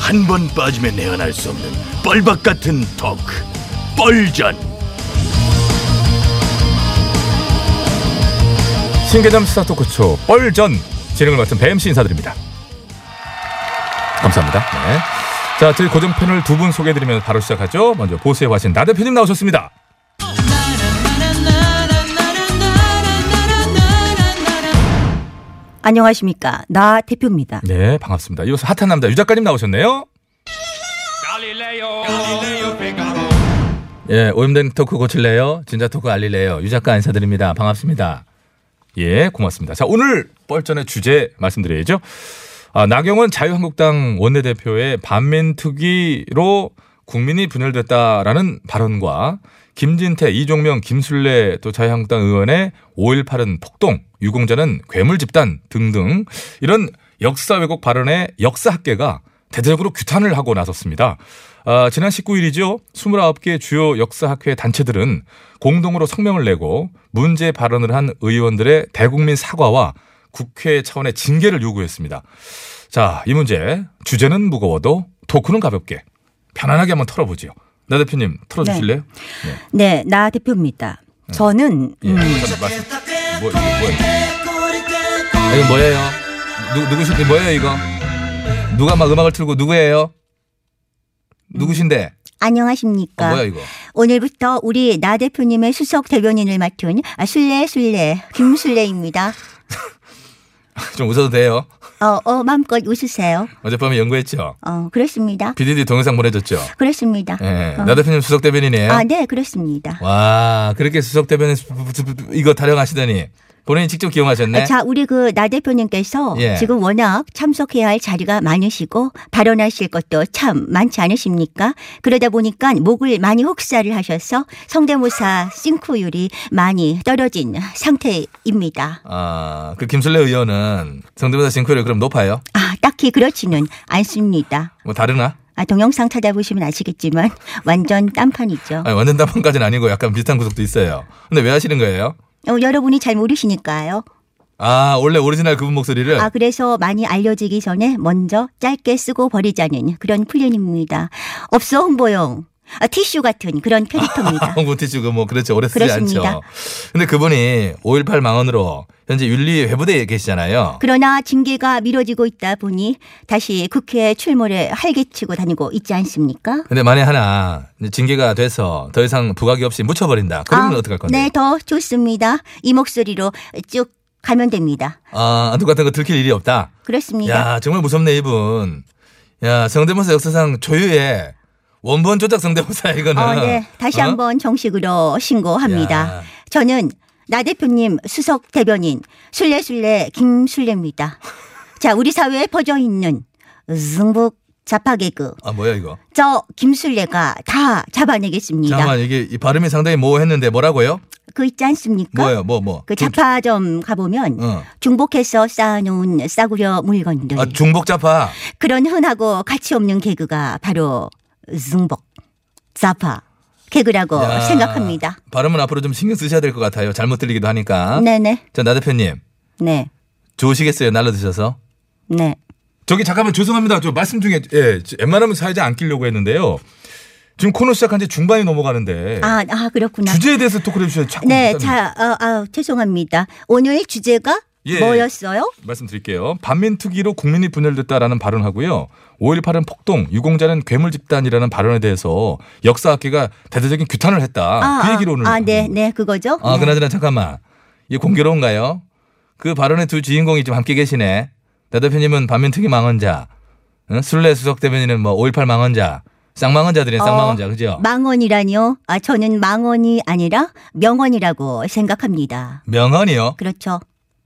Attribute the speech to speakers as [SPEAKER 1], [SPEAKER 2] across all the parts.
[SPEAKER 1] 한 번 빠지면 내안할 수 없는 뻘박 같은 토크 뻘전
[SPEAKER 2] 신개념 시사 토크쇼 뻘전 진행을 맡은 뱀씨 인사드립니다. 감사합니다. 네. 자, 저희 고정편을 두 분 소개해드리면 바로 시작하죠. 먼저 보수의 화신 나 대표님 나오셨습니다.
[SPEAKER 3] 안녕하십니까 나 대표입니다.
[SPEAKER 2] 네, 반갑습니다. 이어서 핫한 남자 유 작가님 나오셨네요. 예, 오염된 토크 고칠래요? 진짜 토크 알릴래요? 유 작가 인사드립니다. 반갑습니다. 예, 고맙습니다. 자, 오늘 뻘전의 주제 말씀드려야죠. 아, 나경원 자유한국당 원내대표의 반민특위로 국민이 분열됐다라는 발언과 김진태, 이종명, 김술래 또 자유한국당 의원의 5.18은 폭동, 유공자는 괴물 집단 등등 이런 역사 왜곡 발언에 역사학계가 대대적으로 규탄을 하고 나섰습니다. 아, 지난 19일이죠. 29개 주요 역사학회 단체들은 공동으로 성명을 내고 문제 발언을 한 의원들의 대국민 사과와 국회 차원의 징계를 요구했습니다. 자, 이 문제 주제는 무거워도 토크는 가볍게 편안하게 한번 털어보지요. 나 대표님 털어주실래요?
[SPEAKER 3] 네 나 대표입니다. 저는
[SPEAKER 2] 예.
[SPEAKER 3] 음,
[SPEAKER 2] 잠깐만, 말씀. 뭐, 이거 뭐예요? 아, 이거 뭐예요? 누, 누구신데 뭐예요 이거? 누가 막 음악을 틀고 누구예요? 누구신데?
[SPEAKER 3] 안녕하십니까.
[SPEAKER 2] 어, 뭐야 이거?
[SPEAKER 3] 오늘부터 우리 나 대표님의 수석 대변인을 맡은 아, 술래 술래 김술래입니다.
[SPEAKER 2] 좀 웃어도 돼요?
[SPEAKER 3] 어, 어 마음껏 웃으세요.
[SPEAKER 2] 어젯밤에 연구했죠?
[SPEAKER 3] 어 그렇습니다.
[SPEAKER 2] BDD 동영상 보내줬죠?
[SPEAKER 3] 그렇습니다.
[SPEAKER 2] 예. 어,
[SPEAKER 3] 어.
[SPEAKER 2] 나 대표님 수석 대변인이에요?
[SPEAKER 3] 아 네 그렇습니다.
[SPEAKER 2] 와, 그렇게 수석 대변인 수- 부- 부- 부- 이거 타령하시더니 본인이 직접 기용하셨네?
[SPEAKER 3] 자, 우리 그 나 대표님께서
[SPEAKER 2] 예.
[SPEAKER 3] 지금 워낙 참석해야 할 자리가 많으시고 발언하실 것도 참 많지 않으십니까? 그러다 보니까 목을 많이 혹사를 하셔서 성대모사 싱크율이 많이 떨어진 상태입니다.
[SPEAKER 2] 아, 그 김술래 의원은 성대모사 싱크율이 그럼 높아요?
[SPEAKER 3] 아, 딱히 그렇지는 않습니다.
[SPEAKER 2] 뭐 다르나?
[SPEAKER 3] 아, 동영상 찾아보시면 아시겠지만 완전 딴판이죠.
[SPEAKER 2] 아니, 완전 단판까지는 아니고 약간 비슷한 구석도 있어요. 근데 왜 하시는 거예요?
[SPEAKER 3] 어, 여러분이 잘 모르시니까요.
[SPEAKER 2] 아, 원래 오리지널 그분 목소리를
[SPEAKER 3] 아, 그래서 많이 알려지기 전에 먼저 짧게 쓰고 버리자는 그런 플랜입니다. 없어, 홍보용. 아, 티슈 같은 그런 캐릭터입니다.
[SPEAKER 2] 홍군티슈 그뭐 그렇죠 오래 쓰지
[SPEAKER 3] 그렇습니다.
[SPEAKER 2] 않죠. 근데 그분이 5.18 망언으로 현재 윤리 회부대에 계시잖아요.
[SPEAKER 3] 그러나 징계가 미뤄지고 있다 보니 다시 국회 출몰에 활개치고 다니고 있지 않습니까?
[SPEAKER 2] 근데 만에 하나 이제 징계가 돼서 더 이상 부각이 없이 묻혀버린다. 그러면
[SPEAKER 3] 아,
[SPEAKER 2] 어떡할 건데?
[SPEAKER 3] 네, 더 좋습니다. 이 목소리로 쭉 가면 됩니다.
[SPEAKER 2] 아, 똑같은 거 들킬 일이 없다.
[SPEAKER 3] 그렇습니다.
[SPEAKER 2] 야, 정말 무섭네 이분. 야, 성대모사 역사상 조유의 원본 조작 성대모사 이거는.
[SPEAKER 3] 어, 네, 다시
[SPEAKER 2] 어?
[SPEAKER 3] 한번 정식으로 신고합니다.
[SPEAKER 2] 야.
[SPEAKER 3] 저는 나 대표님 수석 대변인 술래술래 김술래입니다. 자, 우리 사회에 퍼져 있는 승북 자파 개그
[SPEAKER 2] 아, 뭐야 이거?
[SPEAKER 3] 저 김술래가 다 잡아내겠습니다.
[SPEAKER 2] 잠깐만 이게 이 발음이 상당히 모호했는데 뭐라고요?
[SPEAKER 3] 그 있지 않습니까?
[SPEAKER 2] 뭐예요? 뭐 뭐?
[SPEAKER 3] 그
[SPEAKER 2] 중-
[SPEAKER 3] 자파점 가보면
[SPEAKER 2] 어.
[SPEAKER 3] 중복해서 쌓아놓은 싸구려 물건들
[SPEAKER 2] 아, 중복 잡화.
[SPEAKER 3] 그런 흔하고 가치 없는 개그가 바로 승복 자파 개그라고
[SPEAKER 2] 야,
[SPEAKER 3] 어, 생각합니다.
[SPEAKER 2] 발음은 앞으로 좀 신경 쓰셔야 될 것 같아요. 잘못 들리기도 하니까.
[SPEAKER 3] 네네
[SPEAKER 2] 자, 나 대표님.
[SPEAKER 3] 네
[SPEAKER 2] 좋으시겠어요? 날라 드셔서.
[SPEAKER 3] 네.
[SPEAKER 2] 저기 잠깐만 죄송합니다. 저 말씀 중에 예, 저 웬만하면 사회자 안 끼려고 했는데요. 지금 코너 시작한 지 중반이 넘어가는데
[SPEAKER 3] 아, 아 그렇구나.
[SPEAKER 2] 네. 주제에 대해서 토크를 해주셔서 자꾸
[SPEAKER 3] 네,
[SPEAKER 2] 부담이-
[SPEAKER 3] 자, 어, 아, 죄송합니다. 오늘 주제가
[SPEAKER 2] 예.
[SPEAKER 3] 뭐였어요?
[SPEAKER 2] 말씀드릴게요. 반민특위로 국민이 분열됐다라는 발언하고요. 5.18은 폭동, 유공자는 괴물 집단이라는 발언에 대해서 역사학계가 대대적인 규탄을 했다. 그 얘기로 오늘.
[SPEAKER 3] 아, 네, 네, 그거죠.
[SPEAKER 2] 아,
[SPEAKER 3] 네.
[SPEAKER 2] 그나저나 잠깐만. 이게 공교로운가요? 그 발언의 두 주인공이 지금 함께 계시네. 나 대표님은 반민특위 망언자, 응? 술래 수석 대변인은 뭐 5.18 망언자, 쌍망언자들이
[SPEAKER 3] 어,
[SPEAKER 2] 쌍망언자, 그죠?
[SPEAKER 3] 망언이라니요? 아, 저는 망언이 아니라 명언이라고 생각합니다.
[SPEAKER 2] 명언이요?
[SPEAKER 3] 그렇죠.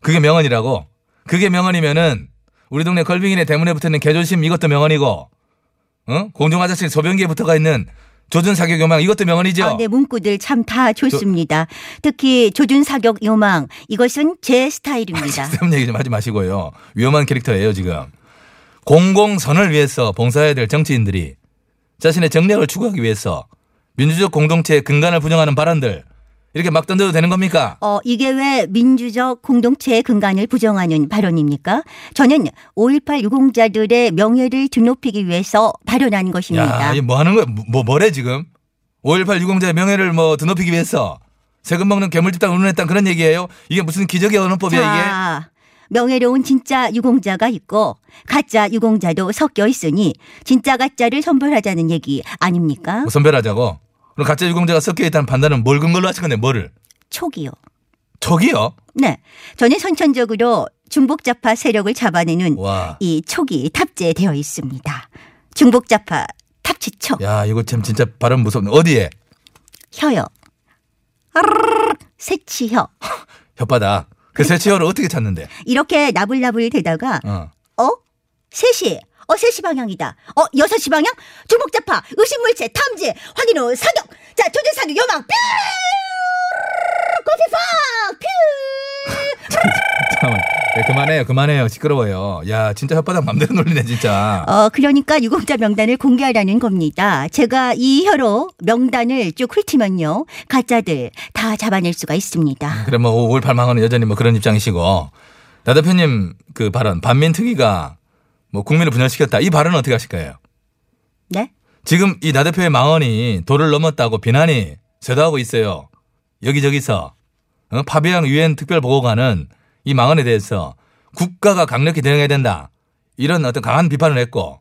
[SPEAKER 2] 그게 명언이라고? 그게 명언이면은 우리 동네 걸빙이네 대문에 붙어있는 개조심 이것도 명언이고, 응? 공중 화장실 소변기에 붙어가 있는 조준 사격 요망 이것도 명언이죠?
[SPEAKER 3] 아, 네, 문구들 참 다 좋습니다. 특히 조준 사격 요망 이것은 제 스타일입니다.
[SPEAKER 2] 쓸데없는 얘기 좀 하지 마시고요. 위험한 캐릭터예요, 지금. 공공선을 위해서 봉사해야 될 정치인들이 자신의 정략을 추구하기 위해서 민주적 공동체의 근간을 부정하는 발언들 이렇게 막 던져도 되는 겁니까?
[SPEAKER 3] 어, 이게 왜 민주적 공동체의 근간을 부정하는 발언입니까? 저는 5.18 유공자들의 명예를 드높이기 위해서 발언한
[SPEAKER 2] 야,
[SPEAKER 3] 것입니다.
[SPEAKER 2] 이게 뭐 하는 거야? 뭐 뭐래 지금? 5.18 유공자의 명예를 뭐 드높이기 위해서 세금 먹는 괴물 집단 운운했다 그런 얘기예요? 이게 무슨 기적의 언어법이야 이게?
[SPEAKER 3] 자, 명예로운 진짜 유공자가 있고 가짜 유공자도 섞여 있으니 진짜 가짜를 선별하자는 얘기 아닙니까?
[SPEAKER 2] 뭐 선별하자고. 그럼 가짜 유공자가 섞여 있다는 판단은 뭘 근거로 하신 건데 뭐를?
[SPEAKER 3] 초기요.
[SPEAKER 2] 저기요.
[SPEAKER 3] 네. 저는 선천적으로 중복자파 세력을 잡아내는
[SPEAKER 2] 와.
[SPEAKER 3] 이 촉이 탑재되어 있습니다. 중복자파 탑지촉
[SPEAKER 2] 야 이거 참 진짜 발음 무섭네. 어디에?
[SPEAKER 3] 혀요. 새치혀.
[SPEAKER 2] 혓바닥. 그 세치혈을 어떻게 찾는데?
[SPEAKER 3] 이렇게 나불나불 대다가
[SPEAKER 2] 어.
[SPEAKER 3] 어? 셋이. 어, 셋시 방향이다. 어, 여섯 시 방향? 중복자파, 의심물체, 탐지, 확인 후 사격. 자, 조준 사격, 요망. 뾰! 고피팍! 뾰!
[SPEAKER 2] 잠깐만. 네, 그만해요. 그만해요. 시끄러워요. 야 진짜 혓바닥 맘대로 놀리네 진짜.
[SPEAKER 3] 어, 그러니까 유공자 명단을 공개하라는 겁니다. 제가 이 혀로 명단을 쭉 훑으면요. 가짜들 다 잡아낼 수가 있습니다.
[SPEAKER 2] 그래 뭐 5.18 망언은 여전히 뭐 그런 입장이시고 나 대표님 그 발언 반민특위가 뭐 국민을 분열시켰다 이 발언은 어떻게 하실 거예요?
[SPEAKER 3] 네?
[SPEAKER 2] 지금 이 나 대표의 망언이 도를 넘었다고 비난이 쇄도하고 있어요. 여기저기서 어? 파비앙 유엔 특별보고관은 이 망언에 대해서 국가가 강력히 대응해야 된다 이런 어떤 강한 비판을 했고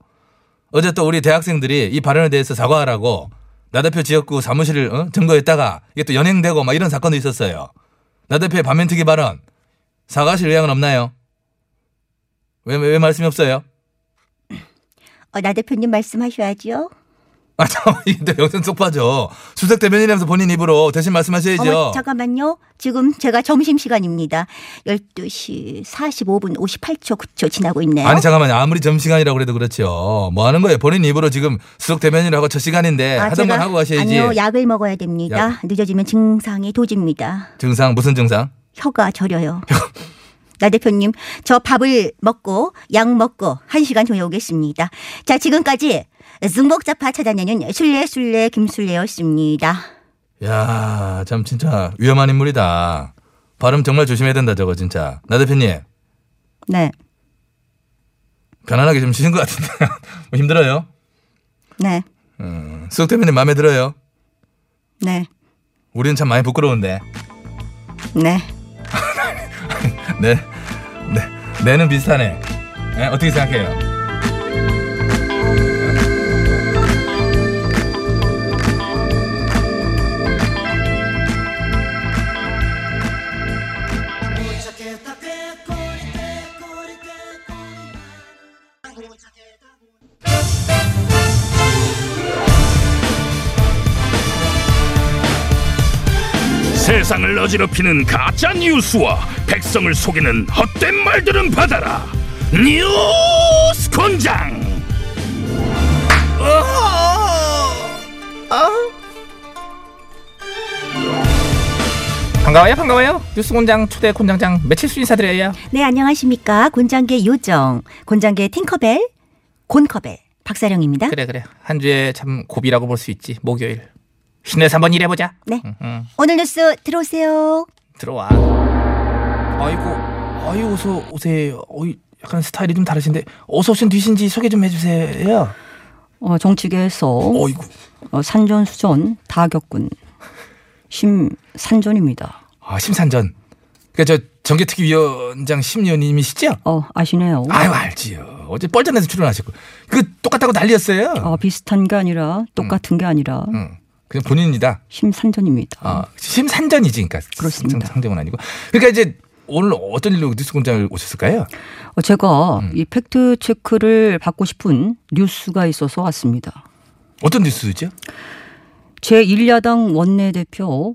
[SPEAKER 2] 어제 또 우리 대학생들이 이 발언에 대해서 사과하라고 나 대표 지역구 사무실을 어? 증거했다가 이게 또 연행되고 막 이런 사건도 있었어요. 나 대표의 반면특위 발언 사과하실 의향은 없나요? 왜, 왜, 왜 말씀이 없어요?
[SPEAKER 3] 어, 나 대표님 말씀하셔야죠.
[SPEAKER 2] 아, 잠깐만, 이게 또 영상 쏙 빠져. 수석 대변인이라면서 본인 입으로 대신 말씀하셔야죠.
[SPEAKER 3] 어머, 잠깐만요. 지금 제가 점심시간입니다. 12시 45분 58초 9초 지나고 있네요.
[SPEAKER 2] 아니, 잠깐만, 아무리 점심시간이라고 그래도 그렇죠. 뭐 하는 거예요? 본인 입으로 지금 수석 대변인이라고 첫 시간인데
[SPEAKER 3] 아,
[SPEAKER 2] 하던 건
[SPEAKER 3] 제가-
[SPEAKER 2] 하고 가셔야지.
[SPEAKER 3] 아니요, 약을 먹어야 됩니다. 늦어지면 증상이 도집니다.
[SPEAKER 2] 증상, 무슨 증상?
[SPEAKER 3] 혀가 저려요. 나 대표님, 저 밥을 먹고 약 먹고 한 시간 후에 오겠습니다. 자, 지금까지 승복자파 찾아내는 술래 술래 김술래였습니다.
[SPEAKER 2] 야, 참 진짜 위험한 인물이다. 발음 정말 조심해야 된다, 저거 진짜. 나 대표님,
[SPEAKER 3] 네,
[SPEAKER 2] 편안하게 좀 쉬신 것 같은데. 뭐 힘들어요?
[SPEAKER 3] 네,
[SPEAKER 2] 음, 수석 대변인 마음에 들어요?
[SPEAKER 3] 네,
[SPEAKER 2] 우리는 참 많이 부끄러운데.
[SPEAKER 3] 네.
[SPEAKER 2] 네, 네, 내는 비슷하네. 네, 어떻게 생각해요?
[SPEAKER 1] 세상을 어지럽히는 가짜 뉴스와 백성을 속이는 헛된 말들은 받아라. 뉴스 권장.
[SPEAKER 2] 반가워요, 반가워요. 뉴스 공장 초대 공장장 매칠수 인사드려요.
[SPEAKER 3] 네, 안녕하십니까. 곤장계 요정, 곤장계 팅커벨, 곤커벨, 박사령입니다.
[SPEAKER 2] 그래 그래 한 주에 참 고비라고 볼 수 있지. 목요일 힘내서 한번 일해보자.
[SPEAKER 3] 네.
[SPEAKER 2] 응.
[SPEAKER 3] 오늘 뉴스 들어오세요.
[SPEAKER 2] 들어와. 아이고, 아이 어서 오세요. 어이 약간 스타일이 좀 다르신데 어서 오신 뒤신지 소개 좀 해주세요.
[SPEAKER 4] 어, 정치계에서
[SPEAKER 2] 어이구,
[SPEAKER 4] 어, 산전수전 다 겪은 심산전입니다.
[SPEAKER 2] 아 심산전. 그러니까 그저 정계특위위원장 심의원님이시죠?
[SPEAKER 4] 어, 아시네요.
[SPEAKER 2] 아유 알지요. 어제 뻘전에서 출연하셨고 그 똑같다고 난리였어요.
[SPEAKER 4] 어, 비슷한 게 아니라 똑같은 게 아니라
[SPEAKER 2] 응. 그냥 본인이다.
[SPEAKER 4] 심산전입니다.
[SPEAKER 2] 음. 아, 심산전이지, 그러니까
[SPEAKER 4] 그렇습니다.
[SPEAKER 2] 상- 상대는 아니고. 그러니까 이제 오늘 어떤 일로 뉴스 공장을 오셨을까요?
[SPEAKER 4] 어, 제가
[SPEAKER 2] 음.
[SPEAKER 4] 이 팩트 체크를 받고 싶은 뉴스가 있어서 왔습니다.
[SPEAKER 2] 어떤 뉴스죠?
[SPEAKER 4] 제 1야당 원내대표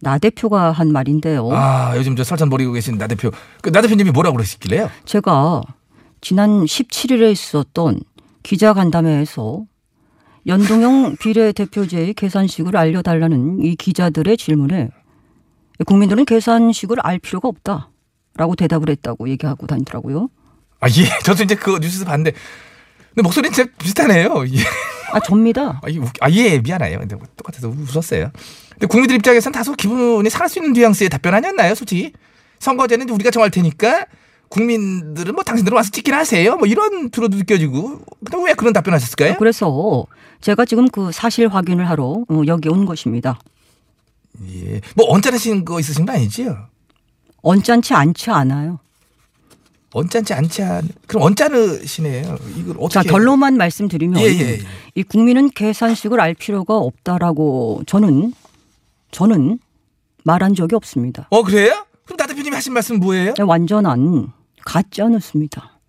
[SPEAKER 4] 나 대표가 한 말인데요.
[SPEAKER 2] 아, 요즘 저 설찬 버리고 계신 나 대표. 그 나 대표님이 뭐라고 그러시길래요?
[SPEAKER 4] 제가 지난 17일에 있었던 기자간담회에서 연동형 비례대표제의 계산식을 알려달라는 이 기자들의 질문에 국민들은 계산식을 알 필요가 없다라고 대답을 했다고 얘기하고 다니더라고요.
[SPEAKER 2] 아, 예. 저도 이제 그 뉴스 봤는데. 근데 목소리는 진짜 비슷하네요. 예.
[SPEAKER 3] 아, 접니다.
[SPEAKER 2] 아, 이 웃기- 아, 예, 미안해요. 근데 똑같아서 우- 웃었어요. 근데 국민들 입장에선 다소 기분이 상할 수 있는 뉘앙스의 답변 아니었나요, 솔직히? 선거제는 이제 우리가 정할 테니까 국민들은 뭐 당신들은 와서 찍긴 하세요. 뭐 이런 들어도 느껴지고. 근데 왜 그런 답변 하셨을까요?
[SPEAKER 3] 아, 그래서 제가 지금 그 사실 확인을 하러 어, 여기 온 것입니다.
[SPEAKER 2] 예. 뭐 언짢으신 거 있으신 거 아니지요?
[SPEAKER 3] 언짢지 않지 않아요.
[SPEAKER 2] 언짢지 않지 않. 그럼 언짢으시네요. 이걸
[SPEAKER 3] 자,
[SPEAKER 2] 어떻게.
[SPEAKER 3] 결론만 말씀드리면
[SPEAKER 2] 예, 예, 예.
[SPEAKER 3] 이 국민은 계산식을 알 필요가 없다라고 저는 저는 말한 적이 없습니다.
[SPEAKER 2] 어, 그래요? 그럼 나 대표님이 하신 말씀 뭐예요?
[SPEAKER 3] 완전한 가짜 뉴스입니다.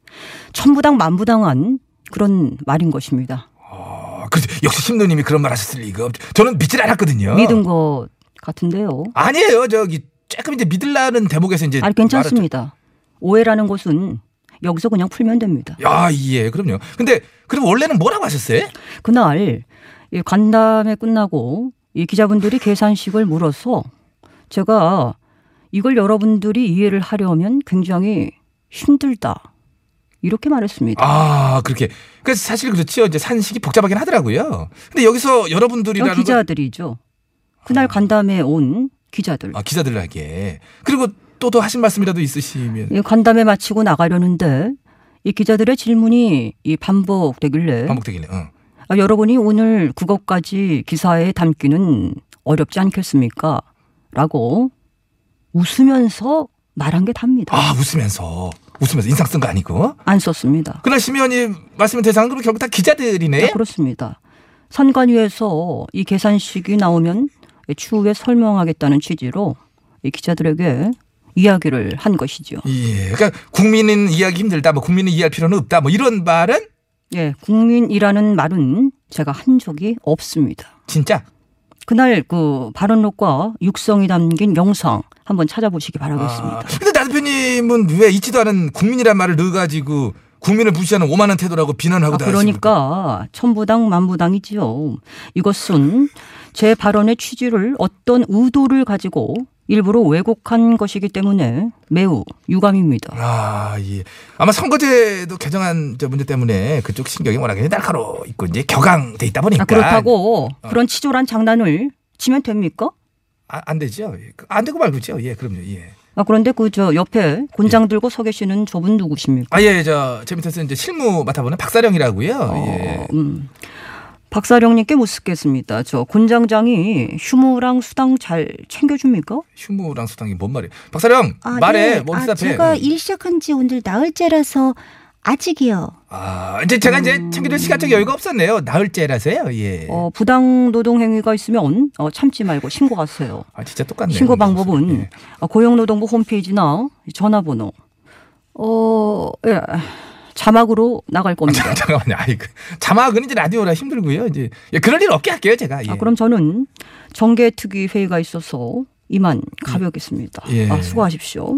[SPEAKER 3] 천부당 만부당한 그런 말인 것입니다.
[SPEAKER 2] 아, 그 역시 신도님이 그런 말 하셨을 리가. 없죠. 저는 믿질 않았거든요.
[SPEAKER 3] 믿은 것 같은데요.
[SPEAKER 2] 아니에요. 저기 조금 이제 믿으라는 대목에서 이제
[SPEAKER 3] 아니 괜찮습니다. 오해라는 것은 여기서 그냥 풀면 됩니다.
[SPEAKER 2] 말했죠. 야, 예, 그럼요. 근데 그럼 원래는 뭐라고 하셨어요?
[SPEAKER 3] 그날 이 간담회 끝나고 이 기자분들이 계산식을 물어서 제가 이걸 여러분들이 이해를 하려면 굉장히 힘들다 이렇게 말했습니다.
[SPEAKER 2] 아, 그렇게. 그래서 사실 그렇지요. 이제 산식이 복잡하긴 하더라고요. 근데 여기서
[SPEAKER 3] 저
[SPEAKER 2] 여러분들이라는 건-
[SPEAKER 3] 어, 기자들이죠. 아. 그날 간담회 온 기자들.
[SPEAKER 2] 아, 기자들에게. 그리고 또 더 하신 말씀이라도 있으시면
[SPEAKER 3] 이 간담회 마치고 나가려는데 이 기자들의 질문이 이 반복되길래
[SPEAKER 2] 반복되길래. 응.
[SPEAKER 3] 아, 여러분이 오늘 그것까지 기사에 담기는 어렵지 않겠습니까? 라고 웃으면서 말한 게 답니다.
[SPEAKER 2] 아, 웃으면서 웃으면서 인상 쓴 거 아니고.
[SPEAKER 3] 안 썼습니다.
[SPEAKER 2] 그날 심의원님 말씀 대상으로 결국 다 기자들이네.
[SPEAKER 3] 아, 그렇습니다. 선관위에서 이 계산식이 나오면 추후에 설명하겠다는 취지로 이 기자들에게 이야기를 한 것이죠.
[SPEAKER 2] 예. 그러니까 국민은 이해하기 힘들다. 뭐 국민은 이해할 필요는 없다. 뭐 이런 말은
[SPEAKER 3] 예, 국민이라는 말은 제가 한 적이 없습니다.
[SPEAKER 2] 진짜
[SPEAKER 3] 그날 그 발언록과 육성이 담긴 영상 한번 찾아보시기 바라겠습니다.
[SPEAKER 2] 아, 근데 나 대표님은 왜 잊지도 않은 국민이란 말을 넣어가지고 국민을 무시하는 오만한 태도라고 비난하고
[SPEAKER 3] 아,
[SPEAKER 2] 다 하십니까?
[SPEAKER 3] 그러니까 천부당 만부당이지요. 이것은 제 발언의 취지를 어떤 의도를 가지고 일부러 왜곡한 것이기 때문에 매우 유감입니다.
[SPEAKER 2] 아, 예. 아마 선거제도 개정안 저 문제 때문에 그쪽 신경이 워낙 날카로 있고 이제 격앙돼 있다 보니까 어.
[SPEAKER 3] 아, 그렇다고 그런 치졸한 장난을 치면 됩니까?
[SPEAKER 2] 아, 안 되죠. 예. 그, 안 되고 말고죠. 예, 그럼요. 예.
[SPEAKER 3] 아, 그런데 그 저 옆에 곤장 들고 서 계시는 저분 누구십니까?
[SPEAKER 2] 아, 예, 저, 제 밑에서 이제 실무 맡아보는 박사령이라고요. 예.
[SPEAKER 3] 음. 박사령님께 못 쓰겠습니다. 저 곤장장이 휴무랑 수당 잘 챙겨줍니까?
[SPEAKER 2] 휴무랑 수당이 뭔 말이에요? 박사령,
[SPEAKER 5] 아,
[SPEAKER 3] 예.
[SPEAKER 2] 말해.
[SPEAKER 5] 네.
[SPEAKER 2] 몸
[SPEAKER 5] 아,
[SPEAKER 2] 답해. 예.
[SPEAKER 5] 제가 일 시작한 지 오늘 나흘째라서 아직이요.
[SPEAKER 2] 아, 이제 제가 이제 챙겨줄 시간적 여유가 없었네요. 나흘째라서요. 예.
[SPEAKER 3] 어, 부당 노동 행위가 있으면 어, 참지 말고 신고하세요.
[SPEAKER 2] 아, 진짜 똑같네요.
[SPEAKER 3] 신고
[SPEAKER 2] 예.
[SPEAKER 3] 방법은 어, 고용노동부 홈페이지나 전화번호. 어, 예. 자막으로 나갈 겁니다.
[SPEAKER 2] 잠깐만요. 아이 그 자막은 이제 라디오라 힘들고요. 이제 예, 그럴 일 없게 할게요, 제가. 예.
[SPEAKER 3] 아, 그럼 저는 정계특위 회의가 있어서 이만 가보겠습니다.
[SPEAKER 2] 예.
[SPEAKER 3] 아, 수고하십시오.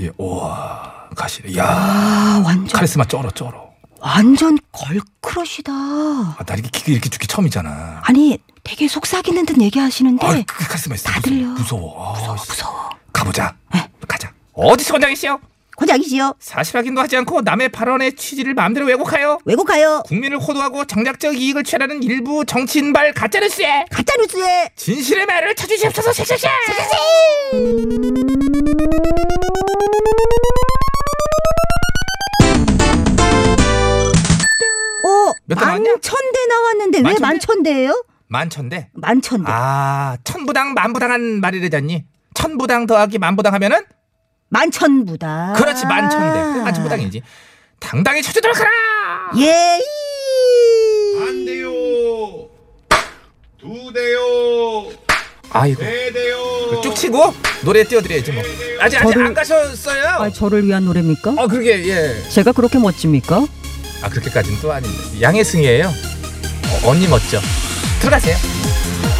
[SPEAKER 2] 예. 우와. 가시네. 야,
[SPEAKER 3] 아, 완전
[SPEAKER 2] 카리스마 쩔어 쩔어.
[SPEAKER 5] 완전 걸크러시다.
[SPEAKER 2] 아, 나 이렇게 기가 이렇게 죽기 처음이잖아.
[SPEAKER 5] 아니, 되게 속삭이는 듯 얘기하시는데
[SPEAKER 2] 아,
[SPEAKER 3] 네.
[SPEAKER 2] 그 카리스마 있어.
[SPEAKER 5] 다
[SPEAKER 2] 무서워.
[SPEAKER 5] 들려.
[SPEAKER 2] 무서워. 아, 씨.
[SPEAKER 5] 무서워.
[SPEAKER 2] 가보자. 가자. 어디서 권장이시여?
[SPEAKER 5] 고작이지요.
[SPEAKER 2] 사실 확인도 하지 않고 남의 발언의 취지를 마음대로 왜곡하여
[SPEAKER 5] 외국 가요.
[SPEAKER 2] 국민을 호도하고 정략적 이익을 취하려는 일부 정치인발 가짜뉴스에
[SPEAKER 5] 가짜 뉴스에
[SPEAKER 2] 진실의 말을 찾으시옵소서. 쉑쉑쉑.
[SPEAKER 5] 오,
[SPEAKER 2] 몇대 나왔냐?
[SPEAKER 5] 어, 만천대 나왔는데 왜
[SPEAKER 2] 만천대?
[SPEAKER 5] 만천대예요?
[SPEAKER 2] 만천대.
[SPEAKER 5] 만천대.
[SPEAKER 2] 아, 천부당 만부당한 말이래잖니. 천부당 더하기 만부당 하면은
[SPEAKER 5] 만천부당.
[SPEAKER 3] 아.
[SPEAKER 2] 그렇지 만천대. 그 만천부당이지. 당당히 쳐주도록 하라.
[SPEAKER 5] 예.
[SPEAKER 6] 안 돼요. 두 대요.
[SPEAKER 2] 아이고. 그
[SPEAKER 6] 세 대요.
[SPEAKER 2] 쭉 치고 노래 띄워드려야지 뭐. 아직 아직
[SPEAKER 3] 저를-
[SPEAKER 2] 안 가셨어요.
[SPEAKER 3] 아, 저를 위한 노래입니까?
[SPEAKER 2] 어 그러게 예.
[SPEAKER 3] 제가 그렇게 멋집니까?
[SPEAKER 2] 아 그렇게까지는 또 아닌데. 양혜승이에요. 어, 언니 멋져. 들어가세요.